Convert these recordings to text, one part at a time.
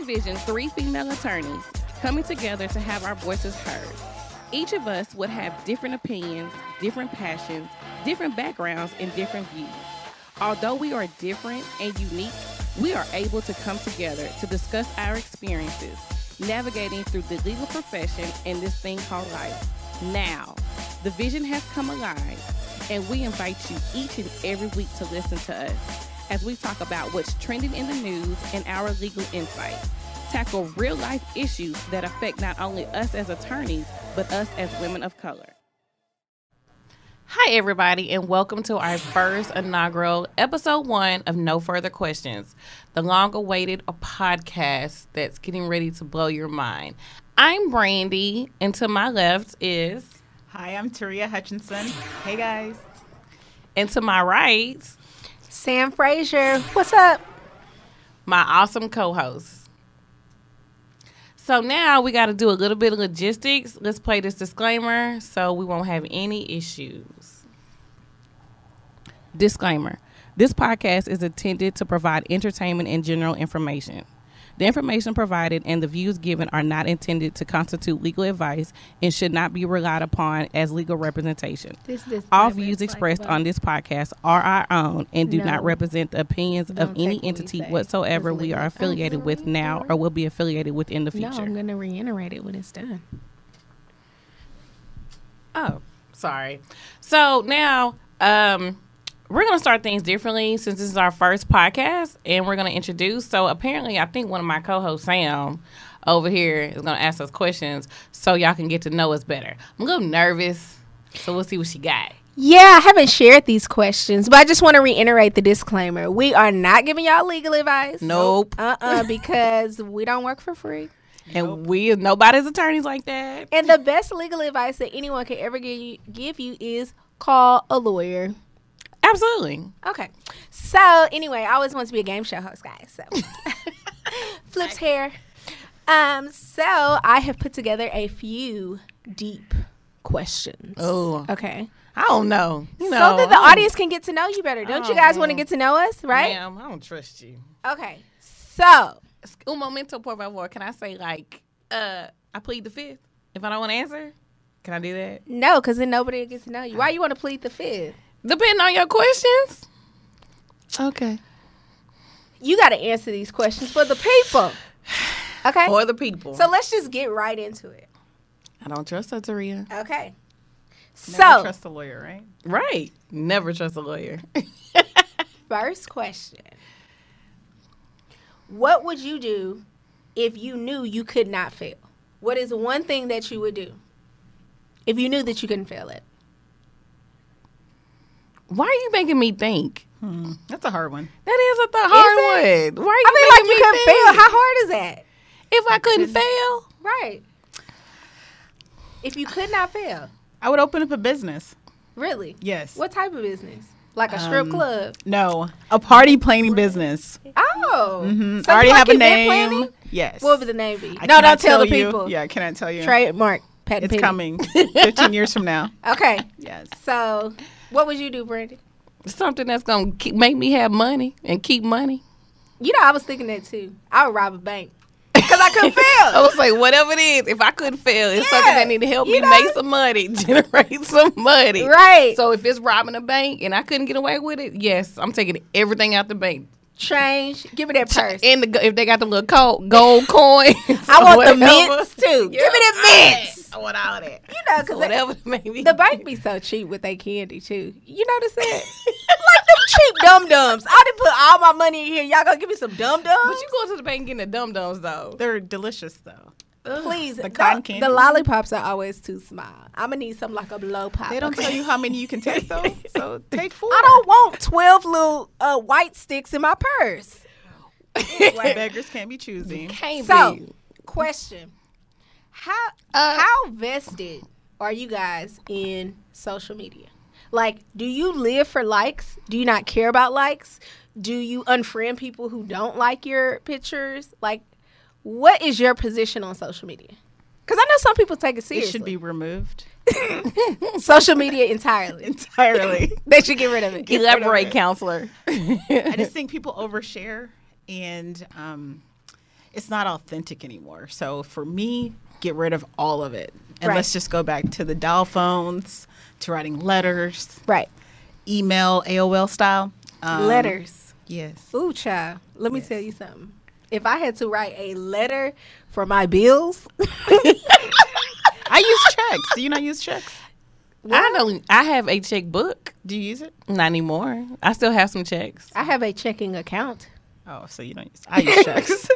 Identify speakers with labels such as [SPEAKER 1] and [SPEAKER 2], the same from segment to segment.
[SPEAKER 1] envision three female attorneys coming together to have our voices heard. Each of us would have different opinions, different passions, different backgrounds, and different views. Although we are different and unique, we are able to come together to discuss our experiences navigating through the legal profession and this thing called life. Now, the vision has come alive, and we invite you each and every week to listen to us as we talk about what's trending in the news and our legal insight, tackle real life issues that affect not only us as attorneys, but us as women of color. Hi, everybody, and welcome to our first inaugural episode one of No Further Questions, the long awaited podcast that's getting ready to blow your mind. I'm Brandy, and to my left is,
[SPEAKER 2] Hi, I'm Taria Hutchinson. Hey guys.
[SPEAKER 1] and to my right,
[SPEAKER 3] Sam Frazier, what's up?
[SPEAKER 1] my awesome co host. So now we got to do a little bit of logistics. Let's play this disclaimer so we won't have any issues. Disclaimer This podcast is intended to provide entertainment and general information. The information provided and the views given are not intended to constitute legal advice and should not be relied upon as legal representation.
[SPEAKER 3] This disclaimer
[SPEAKER 1] All
[SPEAKER 3] is
[SPEAKER 1] views
[SPEAKER 3] like
[SPEAKER 1] expressed
[SPEAKER 3] about-
[SPEAKER 1] on this podcast are our own and do not
[SPEAKER 3] No.
[SPEAKER 1] represent the opinions of any
[SPEAKER 3] Don't take what we
[SPEAKER 1] entity
[SPEAKER 3] say.
[SPEAKER 1] whatsoever
[SPEAKER 3] Just
[SPEAKER 1] we
[SPEAKER 3] leave
[SPEAKER 1] are
[SPEAKER 3] it.
[SPEAKER 1] affiliated
[SPEAKER 3] Oh,
[SPEAKER 1] with
[SPEAKER 3] really?
[SPEAKER 1] now or will be affiliated with in the
[SPEAKER 3] No,
[SPEAKER 1] future.
[SPEAKER 3] I'm gonna reiterate it when it's done.
[SPEAKER 1] Oh, sorry. So now um, we're going to start things differently since this is our first podcast and we're going to introduce. So apparently, I think one of my co hosts, Sam, over here is going to ask us questions so y'all can get to know us better. I'm a little nervous, so we'll see what she got.
[SPEAKER 3] Yeah, I haven't shared these questions, but I just want to reiterate the disclaimer: we are not giving y'all legal advice.
[SPEAKER 1] Nope.
[SPEAKER 3] Uh uh because we don't work for free.
[SPEAKER 1] And we, nobody's attorneys like that.
[SPEAKER 3] And the best legal advice that anyone can ever give you, give you is call a lawyer.
[SPEAKER 1] Absolutely.
[SPEAKER 3] Okay. So anyway, I always want to be a game show host, guys. So flips hair. Um, so I have put together a few deep questions.
[SPEAKER 1] Oh.
[SPEAKER 3] Okay.
[SPEAKER 1] I don't know. You know,
[SPEAKER 3] so that the
[SPEAKER 1] I don't-
[SPEAKER 3] audience can get to know you better. Don't you guys want to get to know us, right?
[SPEAKER 1] Ma'am, I don't trust you.
[SPEAKER 3] Okay. So
[SPEAKER 1] Un momento, por favor. Can I say like, uh, I plead the fifth? If I don't want to answer, can I do that?
[SPEAKER 3] no, because then nobody will get to know you. Why you want to plead the fifth?
[SPEAKER 1] Depending on your questions. Okay.
[SPEAKER 3] You got to answer these questions for the people. Okay.
[SPEAKER 1] For the people.
[SPEAKER 3] So let's just get right into it.
[SPEAKER 1] I don't trust her, Taria.
[SPEAKER 3] Okay.
[SPEAKER 2] Never
[SPEAKER 3] so
[SPEAKER 2] trust a lawyer, right?
[SPEAKER 1] Right. Never trust a lawyer.
[SPEAKER 3] First question. What would you do if you knew you could not fail? What is one thing that you would do if you knew that you couldn't fail it?
[SPEAKER 1] Why are you making me think?
[SPEAKER 3] Mm.
[SPEAKER 2] That's a hard one.
[SPEAKER 1] That is a th-
[SPEAKER 3] it?
[SPEAKER 1] hard one. Why are you
[SPEAKER 3] I mean, like
[SPEAKER 1] making
[SPEAKER 3] you couldn't
[SPEAKER 1] me
[SPEAKER 3] fail.
[SPEAKER 1] think?
[SPEAKER 3] How hard is that?
[SPEAKER 1] if I couldn't fail,
[SPEAKER 3] Right. If you could not fail,
[SPEAKER 2] I would open up a business.
[SPEAKER 3] really?
[SPEAKER 2] Yes.
[SPEAKER 3] What type of business? Like a strip
[SPEAKER 2] Um,
[SPEAKER 3] club?
[SPEAKER 2] No, a party planning business.
[SPEAKER 3] Oh,
[SPEAKER 2] Mm-hmm.
[SPEAKER 3] something
[SPEAKER 2] already
[SPEAKER 3] like
[SPEAKER 2] have a
[SPEAKER 3] event
[SPEAKER 2] name.
[SPEAKER 3] planning?
[SPEAKER 2] Yes.
[SPEAKER 3] What would the name be?
[SPEAKER 2] I
[SPEAKER 3] no,
[SPEAKER 2] cannot
[SPEAKER 3] don't tell, the
[SPEAKER 2] you.
[SPEAKER 3] people.
[SPEAKER 2] Yeah, can I tell you?
[SPEAKER 3] Trademark. Patent
[SPEAKER 2] it's
[SPEAKER 3] pending.
[SPEAKER 2] coming. 15 years from now.
[SPEAKER 3] Okay,
[SPEAKER 2] Yes.
[SPEAKER 3] so what would you do, Brandy?
[SPEAKER 1] something that's gonna keep, make me have money and keep money.
[SPEAKER 3] You know, I was thinking that too. I would rob a bank because I couldn't
[SPEAKER 1] I
[SPEAKER 3] fail.
[SPEAKER 1] was like, whatever it is, if I couldn't fail, it's something
[SPEAKER 3] Yeah,
[SPEAKER 1] that need to help
[SPEAKER 3] you
[SPEAKER 1] me
[SPEAKER 3] know?
[SPEAKER 1] make some money, generate some money.
[SPEAKER 3] Right.
[SPEAKER 1] So if it's robbing a bank and I couldn't get away with it, yes, I'm taking everything out the bank.
[SPEAKER 3] Change. Give me that purse.
[SPEAKER 1] And the, go- if they got the little gold, gold coins.
[SPEAKER 3] I
[SPEAKER 1] or
[SPEAKER 3] want the
[SPEAKER 1] whatever.
[SPEAKER 3] mints too.
[SPEAKER 1] Yeah,
[SPEAKER 3] Give me
[SPEAKER 1] all that.
[SPEAKER 3] the mints.
[SPEAKER 1] I want all that.
[SPEAKER 3] You know, because
[SPEAKER 1] Whatever it may be.
[SPEAKER 3] the bank be so cheap with their candy too. You notice that? like them cheap dum dums. I didn't put all my money in here. Y'all gonna give me some dum
[SPEAKER 1] But
[SPEAKER 3] dums?
[SPEAKER 1] you go to the bank and getting the dum dums though.
[SPEAKER 2] They're delicious, though.
[SPEAKER 3] Please, the,
[SPEAKER 2] cotton
[SPEAKER 3] the,
[SPEAKER 2] candy.
[SPEAKER 3] lollipops are always too small. I'm gonna need something like a blow pop.
[SPEAKER 2] They don't
[SPEAKER 3] okay?
[SPEAKER 2] tell you how many you can take, though. So take four.
[SPEAKER 3] I don't want twelve little uh, white sticks in my purse.
[SPEAKER 2] Beggars can't be choosy.
[SPEAKER 1] Can't
[SPEAKER 3] So,
[SPEAKER 1] be.
[SPEAKER 3] question: How
[SPEAKER 1] Uh,
[SPEAKER 3] how vested are you guys in social media? Like, do you live for likes? Do you not care about likes? Do you unfriend people who don't like your pictures? Like, what is your position on social media? Because I know some people take it
[SPEAKER 2] It
[SPEAKER 3] seriously.
[SPEAKER 2] should be removed
[SPEAKER 3] social media entirely.
[SPEAKER 2] entirely.
[SPEAKER 3] they should get rid of it.
[SPEAKER 1] Elaborate, counselor.
[SPEAKER 2] I just think people overshare, and um, it's not authentic anymore. So for me, get rid of all of it. And
[SPEAKER 3] Right.
[SPEAKER 2] let's just go back to the dial phones, to writing letters,
[SPEAKER 3] Right.
[SPEAKER 2] email, AOL style. Um,
[SPEAKER 3] Letters.
[SPEAKER 2] Yes.
[SPEAKER 3] Ooh, child. Let me tell you something. If I had to write a letter for my bills,
[SPEAKER 2] I use checks. Do you not use checks?
[SPEAKER 1] I don't. I have a checkbook.
[SPEAKER 2] Do you use it?
[SPEAKER 1] Not anymore. I still have some checks.
[SPEAKER 3] I have a checking account.
[SPEAKER 2] Oh, so you don't use I use checks.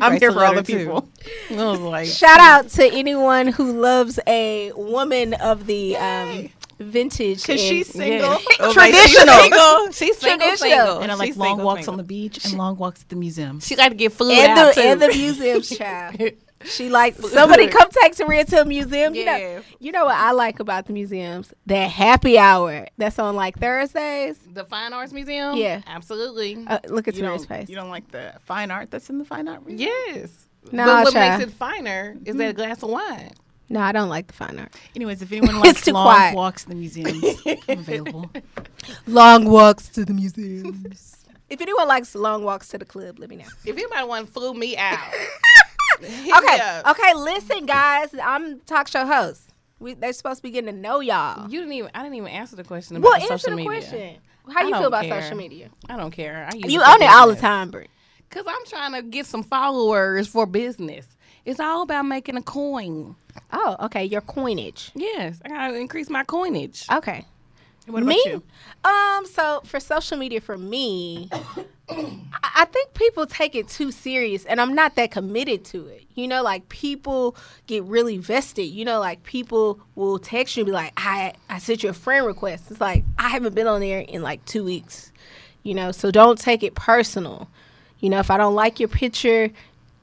[SPEAKER 2] I'm
[SPEAKER 1] writes
[SPEAKER 2] here
[SPEAKER 1] a
[SPEAKER 2] for all the
[SPEAKER 1] letter, too.
[SPEAKER 2] people.
[SPEAKER 1] I was like,
[SPEAKER 3] Shout out to anyone who loves a woman of the um, vintage.
[SPEAKER 2] Because
[SPEAKER 3] and-
[SPEAKER 2] she's single.
[SPEAKER 1] yeah. She's
[SPEAKER 3] Traditional.
[SPEAKER 1] single. She's single.
[SPEAKER 3] Traditional.
[SPEAKER 1] single.
[SPEAKER 2] And I like
[SPEAKER 1] Oh, She's
[SPEAKER 2] long
[SPEAKER 1] single,
[SPEAKER 2] walks
[SPEAKER 1] single.
[SPEAKER 2] on the beach and long walks at the museum.
[SPEAKER 1] She got to get food
[SPEAKER 3] and
[SPEAKER 1] out
[SPEAKER 3] the, and
[SPEAKER 1] too.
[SPEAKER 3] the museum child. She likes somebody come take Saria to a museum. You know,
[SPEAKER 1] Yes.
[SPEAKER 3] you know what I like about the museums? That happy hour that's on like Thursdays.
[SPEAKER 1] The Fine Arts Museum.
[SPEAKER 3] Yeah.
[SPEAKER 1] absolutely.
[SPEAKER 3] Uh, look at
[SPEAKER 2] You
[SPEAKER 3] Saria's
[SPEAKER 2] don't,
[SPEAKER 3] face.
[SPEAKER 2] you don't like the fine art that's in the fine art museum?
[SPEAKER 1] yes.
[SPEAKER 3] Nah,
[SPEAKER 1] but what
[SPEAKER 3] child.
[SPEAKER 1] makes it finer is that glass of wine.
[SPEAKER 3] No, I don't like the fine art.
[SPEAKER 2] Anyways, if anyone likes
[SPEAKER 3] too
[SPEAKER 2] long
[SPEAKER 3] quiet.
[SPEAKER 2] walks in the museums, I'm available.
[SPEAKER 3] Long walks to the museums. if anyone likes long walks to the club, let me know.
[SPEAKER 1] If anybody want to flew me out.
[SPEAKER 3] Okay, okay. Listen, guys, I'm the talk show host. We they're supposed to be getting to know y'all.
[SPEAKER 1] You didn't even. I didn't even answer the question about
[SPEAKER 3] Well,
[SPEAKER 1] the
[SPEAKER 3] answer
[SPEAKER 1] social
[SPEAKER 3] the
[SPEAKER 1] media.
[SPEAKER 3] question. How
[SPEAKER 1] I
[SPEAKER 3] you feel
[SPEAKER 1] don't
[SPEAKER 3] about
[SPEAKER 1] care.
[SPEAKER 3] social media?
[SPEAKER 1] I don't care. I use
[SPEAKER 3] You
[SPEAKER 1] it for
[SPEAKER 3] own it all the
[SPEAKER 1] business.
[SPEAKER 3] time, Brie.
[SPEAKER 1] Cause I'm trying to get some followers for business. It's all about making a coin.
[SPEAKER 3] Oh, okay. Your coinage.
[SPEAKER 1] Yes, I gotta increase my coinage.
[SPEAKER 3] Okay.
[SPEAKER 2] What about
[SPEAKER 3] me?
[SPEAKER 2] you?
[SPEAKER 3] Um, so for social media, for me, I- I think people take it too serious, and I'm not that committed to it. You know, like people get really vested. You know, like people will text you and be like, "I I sent you a friend request." It's like I haven't been on there in like two weeks. You know, so don't take it personal. You know, if I don't like your picture,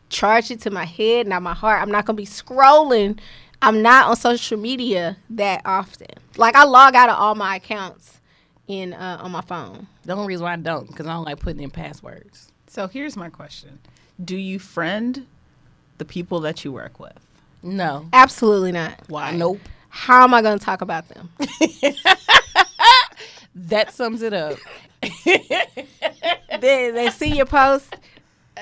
[SPEAKER 3] charge it to my head, not my heart. I'm not gonna be scrolling. I'm not on social media that often. Like I log out of all my accounts in uh, on my phone.
[SPEAKER 1] The only reason why I don't, cause I don't like putting in passwords.
[SPEAKER 2] So here's my question Do you friend the people that you work with?
[SPEAKER 1] No.
[SPEAKER 3] Absolutely not.
[SPEAKER 2] Why?
[SPEAKER 1] Nope.
[SPEAKER 3] How am I gonna talk about them?
[SPEAKER 1] That sums it up.
[SPEAKER 3] they, they see your post.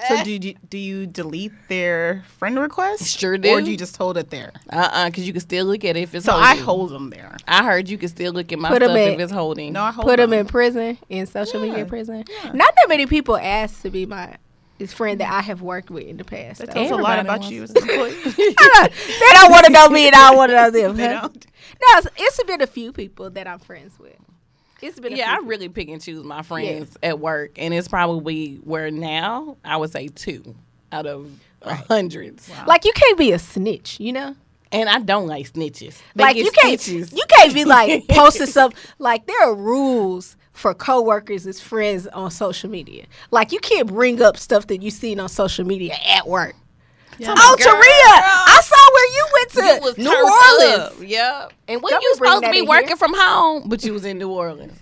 [SPEAKER 2] So do you, do you delete their friend requests?
[SPEAKER 1] Sure
[SPEAKER 2] Or
[SPEAKER 1] do.
[SPEAKER 2] do you just hold it there?
[SPEAKER 1] Uh uh cause you can still look at it if it's
[SPEAKER 2] So
[SPEAKER 1] holding.
[SPEAKER 2] I hold them there.
[SPEAKER 1] I heard you can still look at my
[SPEAKER 3] Put 'em
[SPEAKER 1] stuff if
[SPEAKER 3] in.
[SPEAKER 1] it's holding.
[SPEAKER 2] No, I hold
[SPEAKER 3] Put them
[SPEAKER 2] 'em.
[SPEAKER 3] in prison, in social media
[SPEAKER 2] Yeah.
[SPEAKER 3] prison.
[SPEAKER 2] Yeah.
[SPEAKER 3] Not that many people ask to be my this friend that I have worked with in the past.
[SPEAKER 2] That
[SPEAKER 3] though.
[SPEAKER 2] tells a lot
[SPEAKER 1] Everybody
[SPEAKER 2] about
[SPEAKER 1] wants
[SPEAKER 2] you
[SPEAKER 1] it.
[SPEAKER 2] as an employee.
[SPEAKER 3] they don't want to know me, and I don't want to know them.
[SPEAKER 2] They
[SPEAKER 3] huh?
[SPEAKER 2] don't.
[SPEAKER 3] No, it's, it's been a few people that I'm friends with. It's been a
[SPEAKER 1] Yeah,
[SPEAKER 3] few
[SPEAKER 1] I really pick and choose my friends at work, and it's probably where now I would say two out of hundreds.
[SPEAKER 3] Like you can't be a snitch, you know.
[SPEAKER 1] And I don't like snitches. They
[SPEAKER 3] like
[SPEAKER 1] get
[SPEAKER 3] you can't,
[SPEAKER 1] stitches.
[SPEAKER 3] you can't be like posting stuff. Like there are rules for coworkers as friends on social media. Like you can't bring up stuff that you seen on social media at work. Oh,
[SPEAKER 1] Girl.
[SPEAKER 3] Taria, I saw where you went to
[SPEAKER 1] turned
[SPEAKER 3] New
[SPEAKER 1] up.
[SPEAKER 3] Orleans.
[SPEAKER 1] Yep. And when
[SPEAKER 3] Don't
[SPEAKER 1] you
[SPEAKER 3] we bring
[SPEAKER 1] supposed to
[SPEAKER 3] that
[SPEAKER 1] be
[SPEAKER 3] in
[SPEAKER 1] working
[SPEAKER 3] here?
[SPEAKER 1] from home, but you was in New Orleans.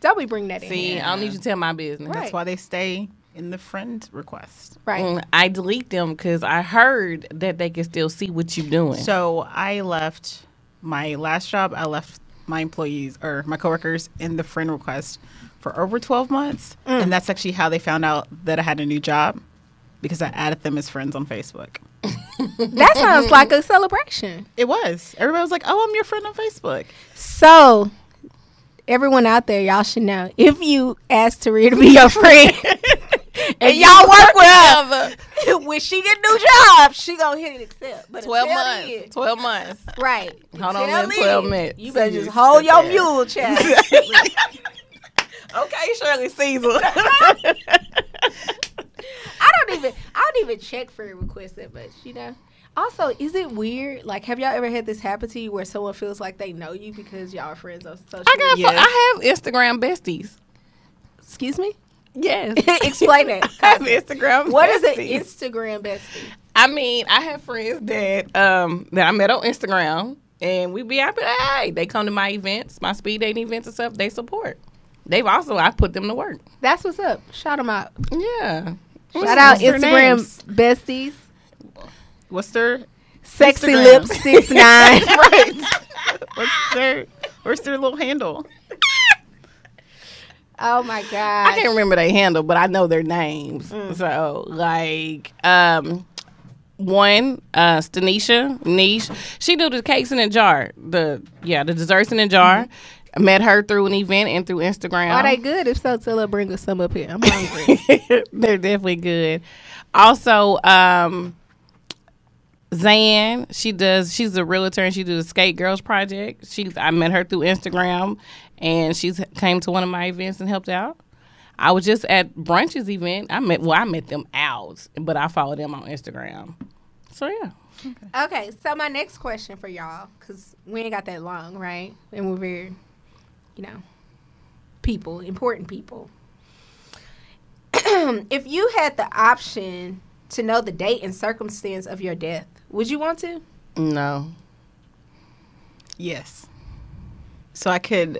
[SPEAKER 3] Don't we bring that in?
[SPEAKER 1] See,
[SPEAKER 3] here.
[SPEAKER 1] I don't need you to tell my business.
[SPEAKER 3] Right.
[SPEAKER 2] That's why they stay in the friend request.
[SPEAKER 3] right?
[SPEAKER 1] Mm, I delete them because I heard that they can still see what you doing.
[SPEAKER 2] So I left my last job. I left my employees or my coworkers in the friend request for over 12 months.
[SPEAKER 1] Mm.
[SPEAKER 2] And that's actually how they found out that I had a new job because I added them as friends on Facebook.
[SPEAKER 3] That sounds like a celebration.
[SPEAKER 2] It was. Everybody was like, oh, I'm your friend on Facebook.
[SPEAKER 3] So, everyone out there, y'all should know if you ask Taria to be your friend and y'all work with her, when she get a new job, she gonna hit it accept. But
[SPEAKER 1] 12
[SPEAKER 3] until
[SPEAKER 1] months.
[SPEAKER 3] then-
[SPEAKER 1] 12 months.
[SPEAKER 3] right?
[SPEAKER 1] Hold on,
[SPEAKER 3] Until
[SPEAKER 1] live 12
[SPEAKER 3] then,
[SPEAKER 1] minutes.
[SPEAKER 3] You better just
[SPEAKER 1] You
[SPEAKER 3] hold
[SPEAKER 1] sit
[SPEAKER 3] your
[SPEAKER 1] there.
[SPEAKER 3] mule, child.
[SPEAKER 1] okay, Shirley Caesar.
[SPEAKER 3] I don't even I don't even check for requests that much, you know. Also, is it weird? Like, have y'all ever had this happen to you where someone feels like they know you because y'all are friends on social?
[SPEAKER 1] I got.
[SPEAKER 3] media?
[SPEAKER 2] Yes.
[SPEAKER 1] I have Instagram besties.
[SPEAKER 3] Excuse me.
[SPEAKER 1] Yes.
[SPEAKER 3] Explain it.
[SPEAKER 1] I have Instagram.
[SPEAKER 3] What is an
[SPEAKER 1] besties.
[SPEAKER 3] Instagram bestie?
[SPEAKER 1] I mean, I have friends that um that I met on Instagram, and we be happy. That, hey, they come to my events, my speed dating events and stuff. They support. They've also I put them to work.
[SPEAKER 3] That's what's up. Shout them out.
[SPEAKER 1] Yeah.
[SPEAKER 3] Shout out
[SPEAKER 2] their
[SPEAKER 3] Instagram
[SPEAKER 2] names?
[SPEAKER 3] besties.
[SPEAKER 2] What's their
[SPEAKER 3] Sexy
[SPEAKER 2] Instagram.
[SPEAKER 3] lips six nine.
[SPEAKER 2] what's their where's their little handle?
[SPEAKER 3] Oh my god.
[SPEAKER 1] I can't remember their handle, but I know their names. So like um one, uh Stanisha, Niche. She do the cakes in a jar. The yeah, the desserts in a jar. I Met her through an event and through Instagram.
[SPEAKER 3] Are Oh, they good? If so, tell her bring us some up here. I'm hungry.
[SPEAKER 1] They're definitely good. Also, um, Zan, she does. She's a realtor and she does the Skate Girls Project. She's I met her through Instagram, and she's came to one of my events and helped out. I was just at brunch's event. I met well, I met them out, but I followed them on Instagram. So yeah,
[SPEAKER 3] okay, so my next question for y'all, because we ain't got that long, right? And we're very, you know, people, important people. if you had the option to know the date and circumstance of your death, would you want to?
[SPEAKER 1] no,
[SPEAKER 2] Yes. So I could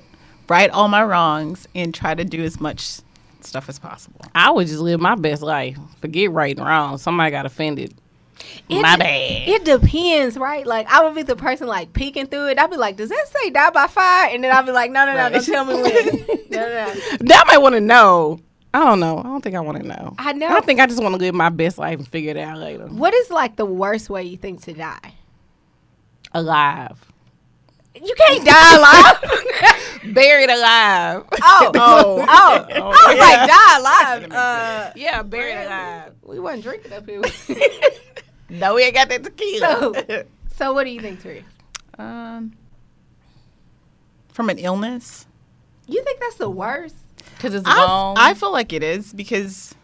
[SPEAKER 2] right all my wrongs and try to do as much stuff as possible.
[SPEAKER 1] I would just live my best life. Forget right and wrong. Somebody got offended. my
[SPEAKER 3] de-
[SPEAKER 1] bad.
[SPEAKER 3] It depends, right? Like I would be the person like peeking through it. I'd be like, "Does that say die by fire?" And then I'd be like, "No, no, no, don't tell me when." no, no, no.
[SPEAKER 1] That might want to know. I don't know. I don't think I want to know.
[SPEAKER 3] I know.
[SPEAKER 1] I think I just want to live my best life and figure it out later.
[SPEAKER 3] What is like the worst way you think to die?
[SPEAKER 1] Alive.
[SPEAKER 3] You can't die alive.
[SPEAKER 1] Buried alive.
[SPEAKER 3] Oh, oh, oh! I was like, die alive. Uh,
[SPEAKER 1] yeah, buried alive.
[SPEAKER 3] we wasn't drinking up here.
[SPEAKER 1] No, we ain't got that tequila.
[SPEAKER 3] so, so what do you think, Terry?
[SPEAKER 2] Um, from an illness?
[SPEAKER 3] You think that's the worst?
[SPEAKER 1] Because it's
[SPEAKER 2] I,
[SPEAKER 1] long.
[SPEAKER 2] I feel like it is because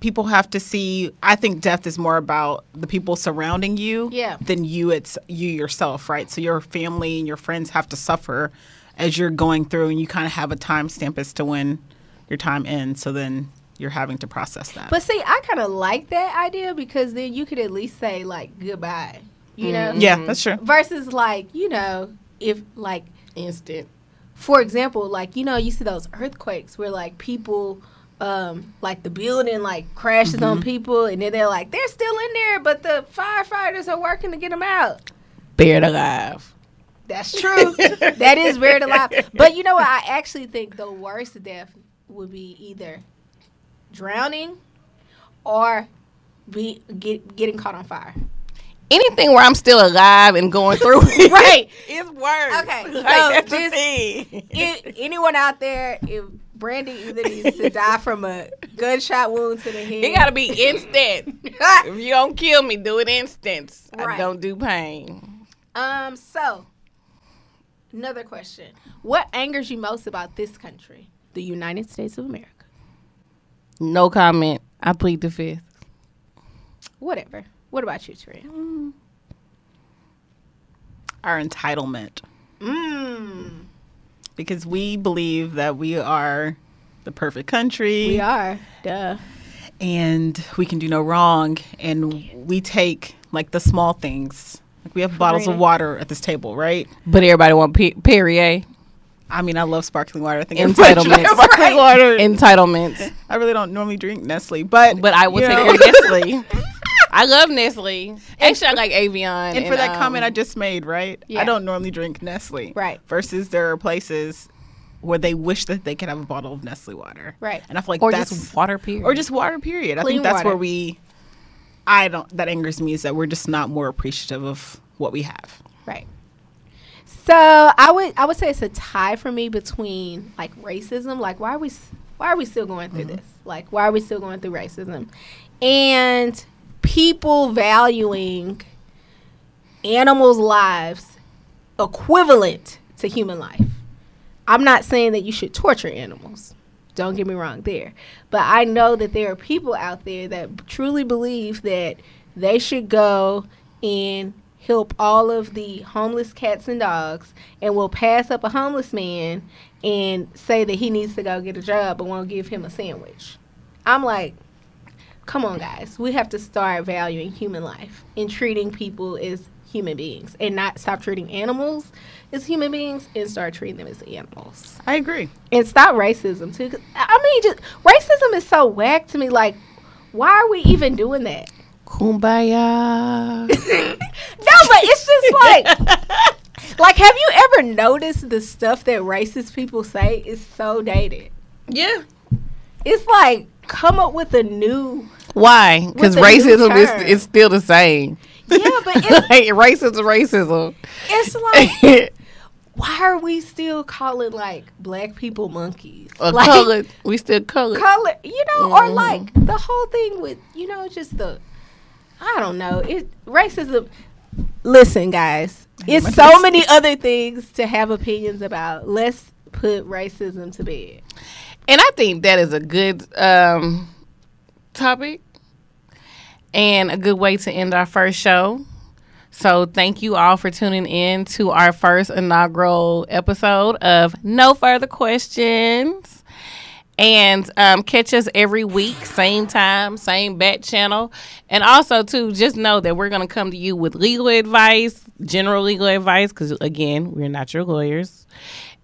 [SPEAKER 2] people have to see I think death is more about the people surrounding you
[SPEAKER 3] Yeah.
[SPEAKER 2] than you it's you yourself, right? So your family and your friends have to suffer as you're going through and you kind of have a time stamp as to when your time ends. So then you're having to process that.
[SPEAKER 3] But see, I kind of like that idea because then you could at least say like goodbye. You know?
[SPEAKER 2] yeah, that's true.
[SPEAKER 3] Versus like you know if like
[SPEAKER 1] instant.
[SPEAKER 3] for example, like you know, you see those earthquakes where like people, um, like the building like crashes on people, and then they're like they're still in there, but the firefighters are working to get them out.
[SPEAKER 1] Buried alive.
[SPEAKER 3] That's true. that is buried alive. But you know what? I actually think the worst death would be either drowning or be get, getting caught on fire.
[SPEAKER 1] Anything where I'm still alive and going through it.
[SPEAKER 3] Right.
[SPEAKER 1] It's worse.
[SPEAKER 3] Okay,
[SPEAKER 1] Like,
[SPEAKER 3] so
[SPEAKER 1] that's the
[SPEAKER 3] this-
[SPEAKER 1] thing.
[SPEAKER 3] I anyone out there? If Brandy either needs to die from a gunshot wound to the head, Ah!
[SPEAKER 1] It got to be instant. if you don't kill me, do it instant. I
[SPEAKER 3] Right.
[SPEAKER 1] don't do pain.
[SPEAKER 3] Um, so another question. What angers you most about this country? The United States of America.
[SPEAKER 1] No comment. I plead the fifth.
[SPEAKER 3] Whatever. What about you, Tria?
[SPEAKER 2] Our entitlement.
[SPEAKER 1] Mm.
[SPEAKER 3] Mmm.
[SPEAKER 2] Because we believe that we are the perfect country.
[SPEAKER 3] We are. Duh.
[SPEAKER 2] and we can do no wrong and we take like the small things like we have bottles of
[SPEAKER 3] granted.
[SPEAKER 2] water at this table right
[SPEAKER 1] But everybody want Pe- Perrier.
[SPEAKER 2] i mean i love sparkling water i think everybody should have
[SPEAKER 1] Entitlements.
[SPEAKER 2] sparkling water
[SPEAKER 1] Entitlements.
[SPEAKER 2] i really don't normally drink nestle but
[SPEAKER 1] But I will
[SPEAKER 2] you
[SPEAKER 1] take
[SPEAKER 2] know.
[SPEAKER 1] your Nestle. I love Nestle. Actually, I like Avion.
[SPEAKER 2] and for that
[SPEAKER 1] um,
[SPEAKER 2] comment i just made right
[SPEAKER 3] yeah.
[SPEAKER 2] i don't normally drink nestle
[SPEAKER 3] Right.
[SPEAKER 2] versus there are places where they wish that they could have a bottle of nestle water
[SPEAKER 3] Right.
[SPEAKER 2] and i feel like
[SPEAKER 1] or
[SPEAKER 2] that's
[SPEAKER 1] just water period.
[SPEAKER 2] or just water period i
[SPEAKER 3] Clean
[SPEAKER 2] think that's
[SPEAKER 3] water.
[SPEAKER 2] where we i don't that angers me is that we're just not more appreciative of what we have
[SPEAKER 3] Right. So I would I would say it's a tie for me between like racism, like why are we s- why are we still going through this? Like why are we still going through racism? And people valuing animals' lives equivalent to human life. I'm not saying that you should torture animals. Don't get me wrong there. But I know that there are people out there that truly believe that they should go and help all of the homeless cats and dogs and will pass up a homeless man and say that he needs to go get a job but won't give him a sandwich. I'm like, come on, guys. We have to start valuing human life and treating people as human beings and not stop treating animals as human beings and start treating them as animals
[SPEAKER 2] i agree
[SPEAKER 3] and stop racism too. 'cause, I mean, just racism is so whack to me. Like, why are we even doing that?
[SPEAKER 1] kumbaya.
[SPEAKER 3] No, but it's just like Like, have you ever noticed the stuff that racist people say is so dated?
[SPEAKER 4] Yeah.
[SPEAKER 3] It's like come up with a new.
[SPEAKER 1] Why? Because
[SPEAKER 3] a new
[SPEAKER 1] racism is,
[SPEAKER 3] term.
[SPEAKER 1] is still the same.
[SPEAKER 3] Yeah, but it's,
[SPEAKER 1] like racism, racism.
[SPEAKER 3] it's like why are we still calling like black people monkeys?
[SPEAKER 1] Or
[SPEAKER 3] like
[SPEAKER 1] colored. We still colored.
[SPEAKER 3] color, you know, or like the whole thing with you know just the I don't know. It racism. Listen, guys, it's so many other things to have opinions about. Let's put racism to bed.
[SPEAKER 1] And I think that is a good um, topic and a good way to end our first show. So, thank you all for tuning in to our first inaugural episode of No Further Questions. And um, catch us every week, same time, same bat channel. And also, too, just know that we're going to come to you with legal advice, general legal advice, because again, we're not your lawyers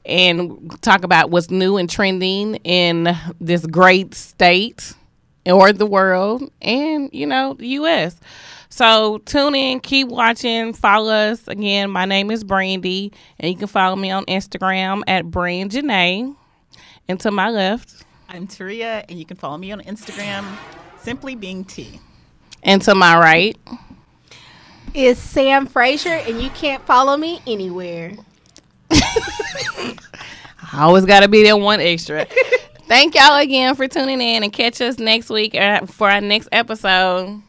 [SPEAKER 1] and talk about what's new and trending in this great state or the world and, you know, the U.S. So tune in, keep watching, follow us. Again, my name is Brandy, and you can follow me on Instagram at Brand Janae. And to my left,
[SPEAKER 2] I'm Taria, and you can follow me on Instagram, simply being T.
[SPEAKER 1] and to my right,
[SPEAKER 3] It's Sam Frazier, and you can't follow me anywhere.
[SPEAKER 1] I always got to be that one extra. Thank y'all again for tuning in and catch us next week uh, for our next episode.